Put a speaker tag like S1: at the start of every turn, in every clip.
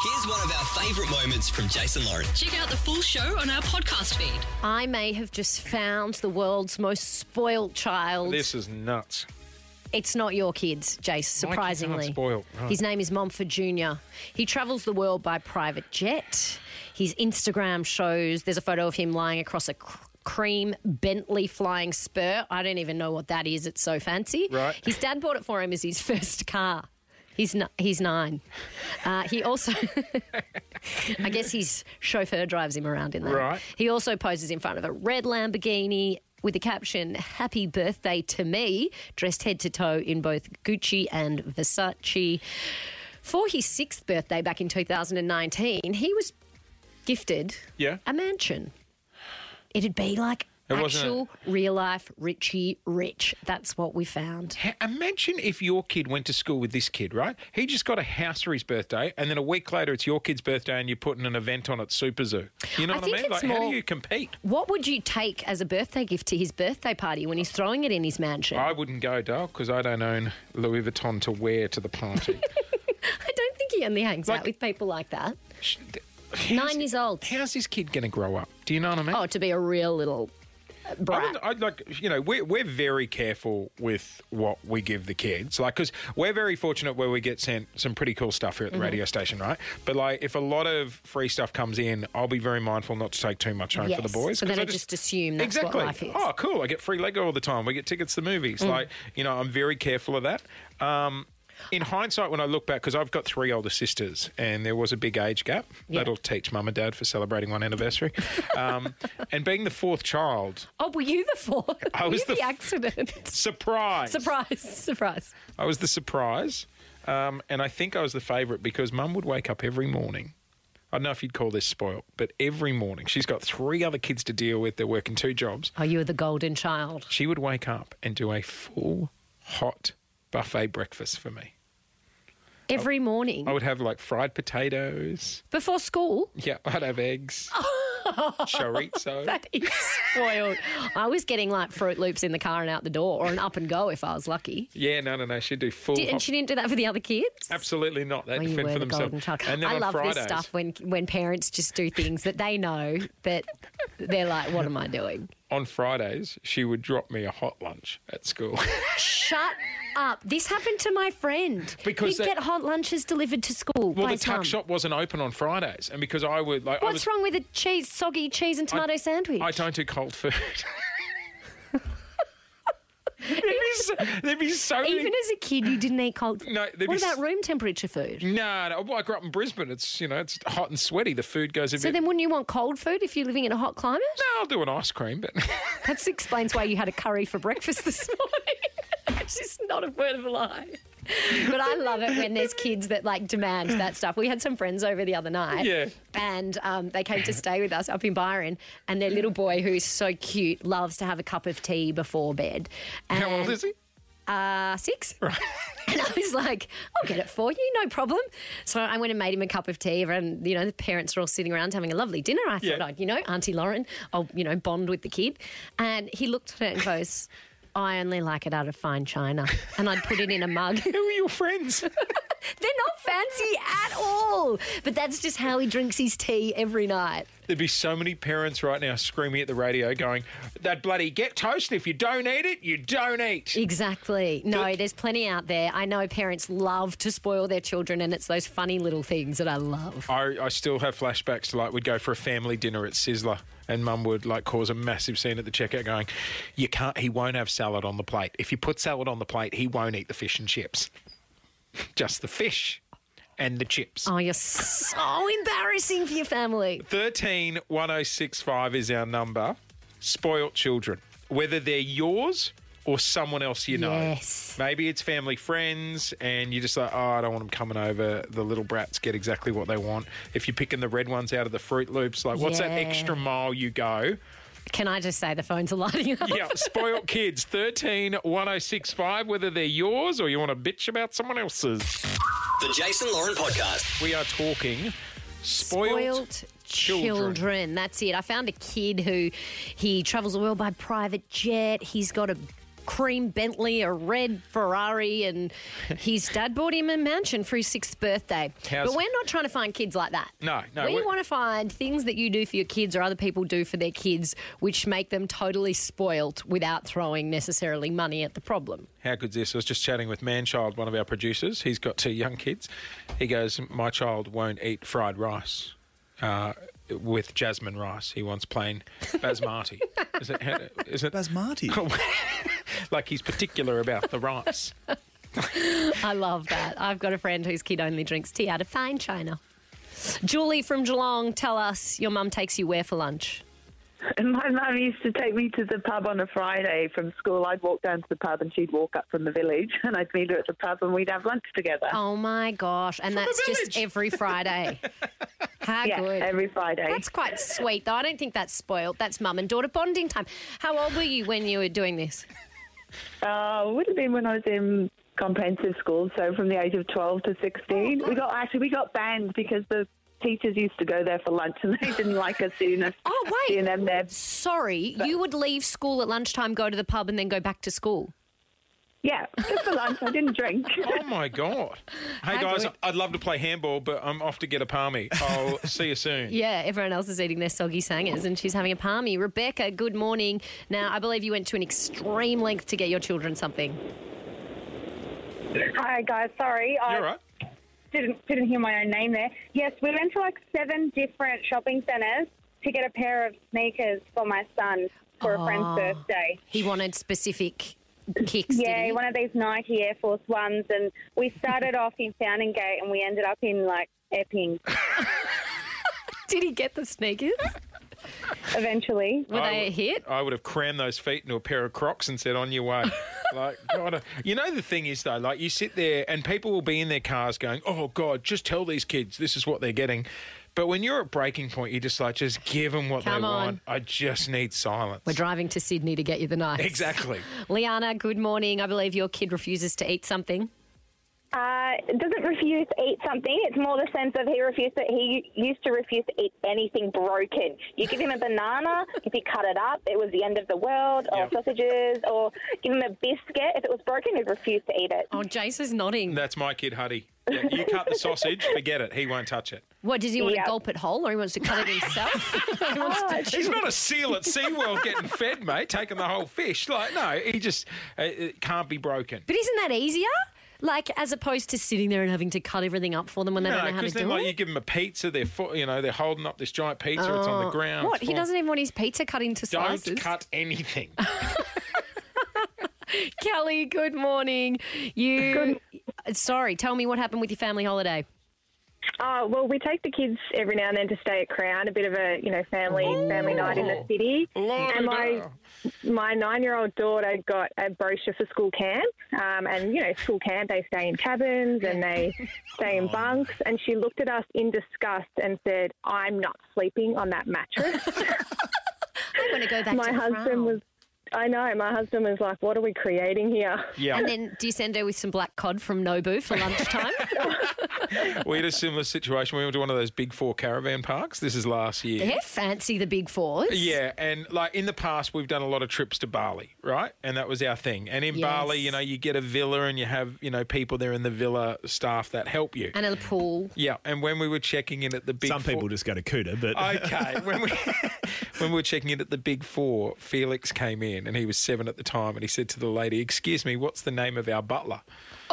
S1: Here's one of our favourite moments from Jason Lauren.
S2: Check out the full show on our podcast feed.
S3: I may have just found the world's most spoilt child.
S4: This is nuts.
S3: It's not your kids, Jace, surprisingly.
S4: aren't spoiled, right.
S3: His name is Mumford Jr. He travels the world by private jet. His Instagram shows there's a photo of him lying across a cr- cream Bentley flying spur. I don't even know what that is. It's so fancy.
S4: Right.
S3: His dad bought it for him as his first car. He's, n- he's nine. Uh, he also, I guess his chauffeur drives him around in that.
S4: Right.
S3: He also poses in front of a red Lamborghini with the caption "Happy Birthday to Me," dressed head to toe in both Gucci and Versace. For his sixth birthday back in 2019, he was gifted
S4: Yeah.
S3: a mansion. It'd be like
S4: It wasn't
S3: actual real life Richie Rich. That's what we found.
S4: Ha- Imagine if your kid went to school with this kid, right? He just got a house for his birthday, and then a week later it's your kid's birthday, and you're putting an event on at Super Zoo. You know
S3: I
S4: what
S3: think
S4: I mean?
S3: it's
S4: Like, how
S3: more-
S4: do you compete?
S3: What would you take as a birthday gift to his birthday party when he's throwing it in his mansion?
S4: I wouldn't go, Dale, because I don't own Louis Vuitton to wear to the party.
S3: I don't think he only hangs out
S4: Like-
S3: with people like that.
S4: Sh- th-
S3: Nine
S4: how's-
S3: years old.
S4: How's this kid going to grow up? Do you know what I mean?
S3: Oh, to be a real little uh,
S4: I
S3: brat.
S4: would, I'd like, you know, we're, we're very careful with what we give the kids. Like, because we're very fortunate where we get sent some pretty cool stuff here at the
S3: Mm-hmm.
S4: radio station, right? But, like, if a lot of free stuff comes in, I'll be very mindful not to take too much home for the
S3: Yes.
S4: boys.
S3: So then
S4: 'cause
S3: I just assume that's what
S4: exactly.
S3: life is. Mm.
S4: Oh, cool. I get free Lego all the time. We get tickets to the movies. Like, you know, I'm very careful of that. Um, in hindsight, when I look back, because I've got three older sisters and there was a big age gap,
S3: Yeah.
S4: that'll teach mum and dad for celebrating one anniversary. um, and being the fourth child,
S3: Oh, were you the four?
S4: I
S3: Were
S4: was
S3: you
S4: the
S3: the
S4: f-
S3: accident.
S4: surprise.
S3: surprise, surprise.
S4: I was the surprise, um, and I think I was the favourite because Mum would wake up every morning. I don't know if you'd call this spoilt, but every morning she's got three other kids to deal with. They're working two jobs.
S3: Oh, you were the golden child.
S4: She would wake up and do a full hot buffet breakfast for me.
S3: Every morning
S4: I would have like fried potatoes.
S3: before school.
S4: Yeah, I'd have eggs, chorizo.
S3: That is spoiled. I was getting like Fruit Loops in the car and out the door, or an up and go if I was lucky.
S4: Yeah, no, no, no. She'd do full.
S3: Did, and
S4: hot-
S3: she didn't do that for the other kids.
S4: Absolutely not. They
S3: Oh, you
S4: fend
S3: were
S4: for
S3: the golden
S4: themselves.
S3: child.
S4: And then
S3: I
S4: on
S3: love
S4: Fridays,
S3: this stuff when when parents just do things that they know that they're like, "What am I doing?"
S4: on Fridays, she would drop me a hot lunch at school.
S3: Shut up. This happened to my friend.
S4: Because
S3: He'd
S4: that-
S3: get hot lunches delivered to school by
S4: Well, the
S3: his mum.
S4: tuck shop wasn't open on Fridays, and because I would like, I,
S3: What's
S4: was,
S3: wrong with a cheese, soggy cheese and tomato sandwich?
S4: I don't do cold food. there'd, be so, there'd be so many-
S3: Even as a kid, you didn't eat cold.
S4: No, there'd be
S3: what about
S4: s-
S3: room temperature food?
S4: no, no. Well, I grew up in Brisbane. It's you know, it's hot and sweaty. The food goes a
S3: So
S4: bit.
S3: then, wouldn't you want cold food if you're living in a hot climate?
S4: no, I'll do an ice cream, but
S3: That explains why you had a curry for breakfast this morning. It's just not a word of a lie. But I love it when there's kids that like demand that stuff. We had some friends over the other night,
S4: Yeah.
S3: and um, they came to stay with us up in Byron. And their little boy, who is so cute, loves to have a cup of tea before bed. And,
S4: how old is he?
S3: Uh, six. Right. And I was like, I'll get it for you, no problem. So I went and made him a cup of tea, and you know the parents were all sitting around having a lovely dinner. I thought,
S4: Yeah.
S3: I'd, you know, Auntie Lauren, I'll you know bond with the kid. And he looked at it and goes, I only like it out of fine china, and I'd put it in a mug.
S4: Who are your friends?
S3: They're not fancy at all, but that's just how he drinks his tea every night.
S4: There'd be so many parents right now screaming at the radio, going, "That bloody get toast! and If you don't eat it, you don't eat."
S3: Exactly. No, there's plenty out there. I know parents love to spoil their children, and it's those funny little things that I love.
S4: I, I still have flashbacks to like we'd go for a family dinner at Sizzler and mum would like cause a massive scene at the checkout going, You can't he won't have salad on the plate. If you put salad on the plate, he won't eat the fish and chips. Just the fish and the chips.
S3: Oh, you're so embarrassing for your family.
S4: Thirteen one oh six five is our number. Spoilt children. Whether they're yours or someone else you know.
S3: Yes.
S4: Maybe it's family friends, and you're just like, oh, I don't want them coming over. The little brats get exactly what they want. If you're picking the red ones out of the Fruit Loops, like, what's that
S3: Yeah.
S4: extra mile you go?
S3: Can I just say the phones are lighting up?
S4: Yeah, spoiled kids, 13 1065, whether they're yours or you want to bitch about someone else's.
S1: The Jason Lauren Podcast.
S4: We are talking spoiled.
S3: Spoiled
S4: children.
S3: children. That's it. I found a kid who he travels the world by private jet. He's got a cream Bentley, a red Ferrari, and his dad bought him a mansion for his sixth birthday.
S4: How's-
S3: but we're not trying to find kids like that.
S4: No, no,
S3: We
S4: we're-
S3: want to find things that you do for your kids or other people do for their kids, which make them totally spoilt without throwing necessarily money at the problem.
S4: How good's this? I was just chatting with Manchild, one of our producers. He's got two young kids. He goes, My child won't eat fried rice uh, with jasmine rice. He wants plain basmati. is it, how- is it
S5: Basmati.
S4: like he's particular about the rice?
S3: I love that. I've got a friend whose kid only drinks tea out of fine china. Julie from Geelong, tell us your mum takes you where for lunch?
S6: And my mum used to take me to the pub on a Friday from school. I'd walk down to the pub and she'd walk up from the village and I'd meet her at the pub and we'd have lunch together.
S3: Oh my gosh. And that's just every Friday. How
S6: yeah,
S3: good.
S6: every Friday.
S3: That's quite sweet, though. I don't think that's spoiled. That's mum and daughter bonding time. How old were you when you were doing this?
S6: Uh, would have been when I was in comprehensive school, so from the age of 12 to 16.
S3: Oh,
S6: we got actually we got banned because the teachers used to go there for lunch and they didn't like us seeing us
S3: Oh, wait.
S6: seeing them there.
S3: Sorry, you would leave school at lunchtime, go to the pub, and then go back to school.
S6: Yeah, just for lunch. I didn't drink.
S4: Oh my God. Hey
S3: How
S4: guys,
S3: good.
S4: I'd love to play handball, but I'm off to get a palmy. I'll see you soon.
S3: Yeah, everyone else is eating their soggy sangers, and she's having a palmy. Rebecca, good morning. Now, I believe you went to an extreme length to get your children something.
S7: Hi guys, sorry, I
S4: You're right.
S7: didn't didn't hear my own name there. Yes, we went to like seven different shopping centres to get a pair of sneakers for my son for a friend's birthday.
S3: He wanted specific kicks.
S7: Yeah,
S3: Ah. did he?
S7: one of these Nike Air Force Ones, and we started off in Fountain Gate, and we ended up in like Epping
S3: Did he get the sneakers?
S7: eventually.
S3: Were
S4: I
S3: they a
S4: would-
S3: hit?
S4: I would have crammed those feet into a pair of Crocs and said, "On your way." like, God, I- you know, the thing is though, like you sit there and people will be in their cars going, "Oh God, just tell these kids this is what they're getting." But when you're at breaking point, you're just like, just give them what
S3: Come
S4: they
S3: on.
S4: want. I just need silence.
S3: We're driving to Sydney to get you the knife.
S4: exactly.
S3: Liana, good morning. I believe your kid refuses to eat something.
S7: Uh, doesn't refuse to eat something. It's more the sense of he refused to, he used to refuse to eat anything broken. You give him a banana, if he cut it up, it was the end of the world, or
S4: Yep.
S7: sausages, or give him a biscuit. If it was broken, he'd refuse to eat it.
S3: Oh, Jace is nodding.
S4: That's my kid, Huddy. Yeah, you cut the sausage, forget it. He won't touch it.
S3: What does he want
S7: Yeah.
S3: to gulp it whole, or he wants to cut it himself? He wants to-
S4: He's not a seal at SeaWorld getting fed, mate, taking the whole fish. Like, no, he just uh, it can't be broken.
S3: but isn't that easier? Like as opposed to sitting there and having to cut everything up for them when they don't know
S4: No,
S3: how to
S4: because
S3: do
S4: then like you
S3: it.
S4: give them a pizza, they're fo- you know they're holding up this giant pizza. it's on the ground.
S3: Oh. What? He
S4: Well,
S3: doesn't even want his pizza cut into
S4: Don't
S3: slices.
S4: cut anything.
S3: Kelly, good morning. You. Sorry, tell me what happened with your family holiday.
S8: Uh, well, we take the kids every now and then to stay at Crown, a bit of a you know family
S3: Oh.
S8: family night in the city.
S4: Lordy
S8: and my my nine year old daughter got a brochure for school camp, um, and you know school camp they stay in cabins and they stay in bunks. And she looked at us in disgust and said, "I'm not sleeping on that mattress."
S3: I want to go back.
S8: my
S3: to
S8: husband
S3: Crown.
S8: was. I know. My husband was like, "What are we creating here?"
S4: yeah,
S3: And then do you send her with some black cod from Nobu for lunchtime?
S4: we had a similar situation. We went to one of those big four caravan parks. This is last year.
S3: yeah, fancy the big fours.
S4: Yeah, and like in the past, we've done a lot of trips to Bali, right? And that was our thing. And in
S3: Yes.
S4: Bali, you know, you get a villa and you have you know people there in the villa staff that help you.
S3: And a pool.
S4: yeah, and when we were checking in at the big
S5: Some
S4: four-
S5: people just go to Cuda, but
S4: Okay, when we when we were checking in at the Big Four, Felix came in and he was seven at the time, and he said to the lady, "Excuse me, what's the name of our butler?"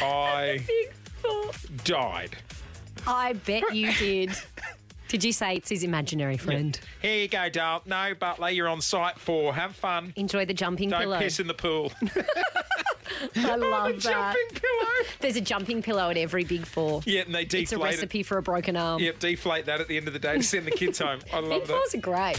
S4: I
S3: Big four.
S4: died.
S3: I bet you did. Did you say it's his imaginary friend?
S4: Here you go, Dale. No, butler, you're on site four. Have fun.
S3: Enjoy the jumping
S4: Don't
S3: pillow.
S4: piss in the pool.
S3: I love that.
S4: Jumping pillow.
S3: There's a jumping pillow at every big four.
S4: Yeah, and they deflate.
S3: It's a
S4: it.
S3: recipe for a broken arm.
S4: Yep, deflate that at the end of the day to send the kids home. I
S3: Big
S4: love that.
S3: fours are great.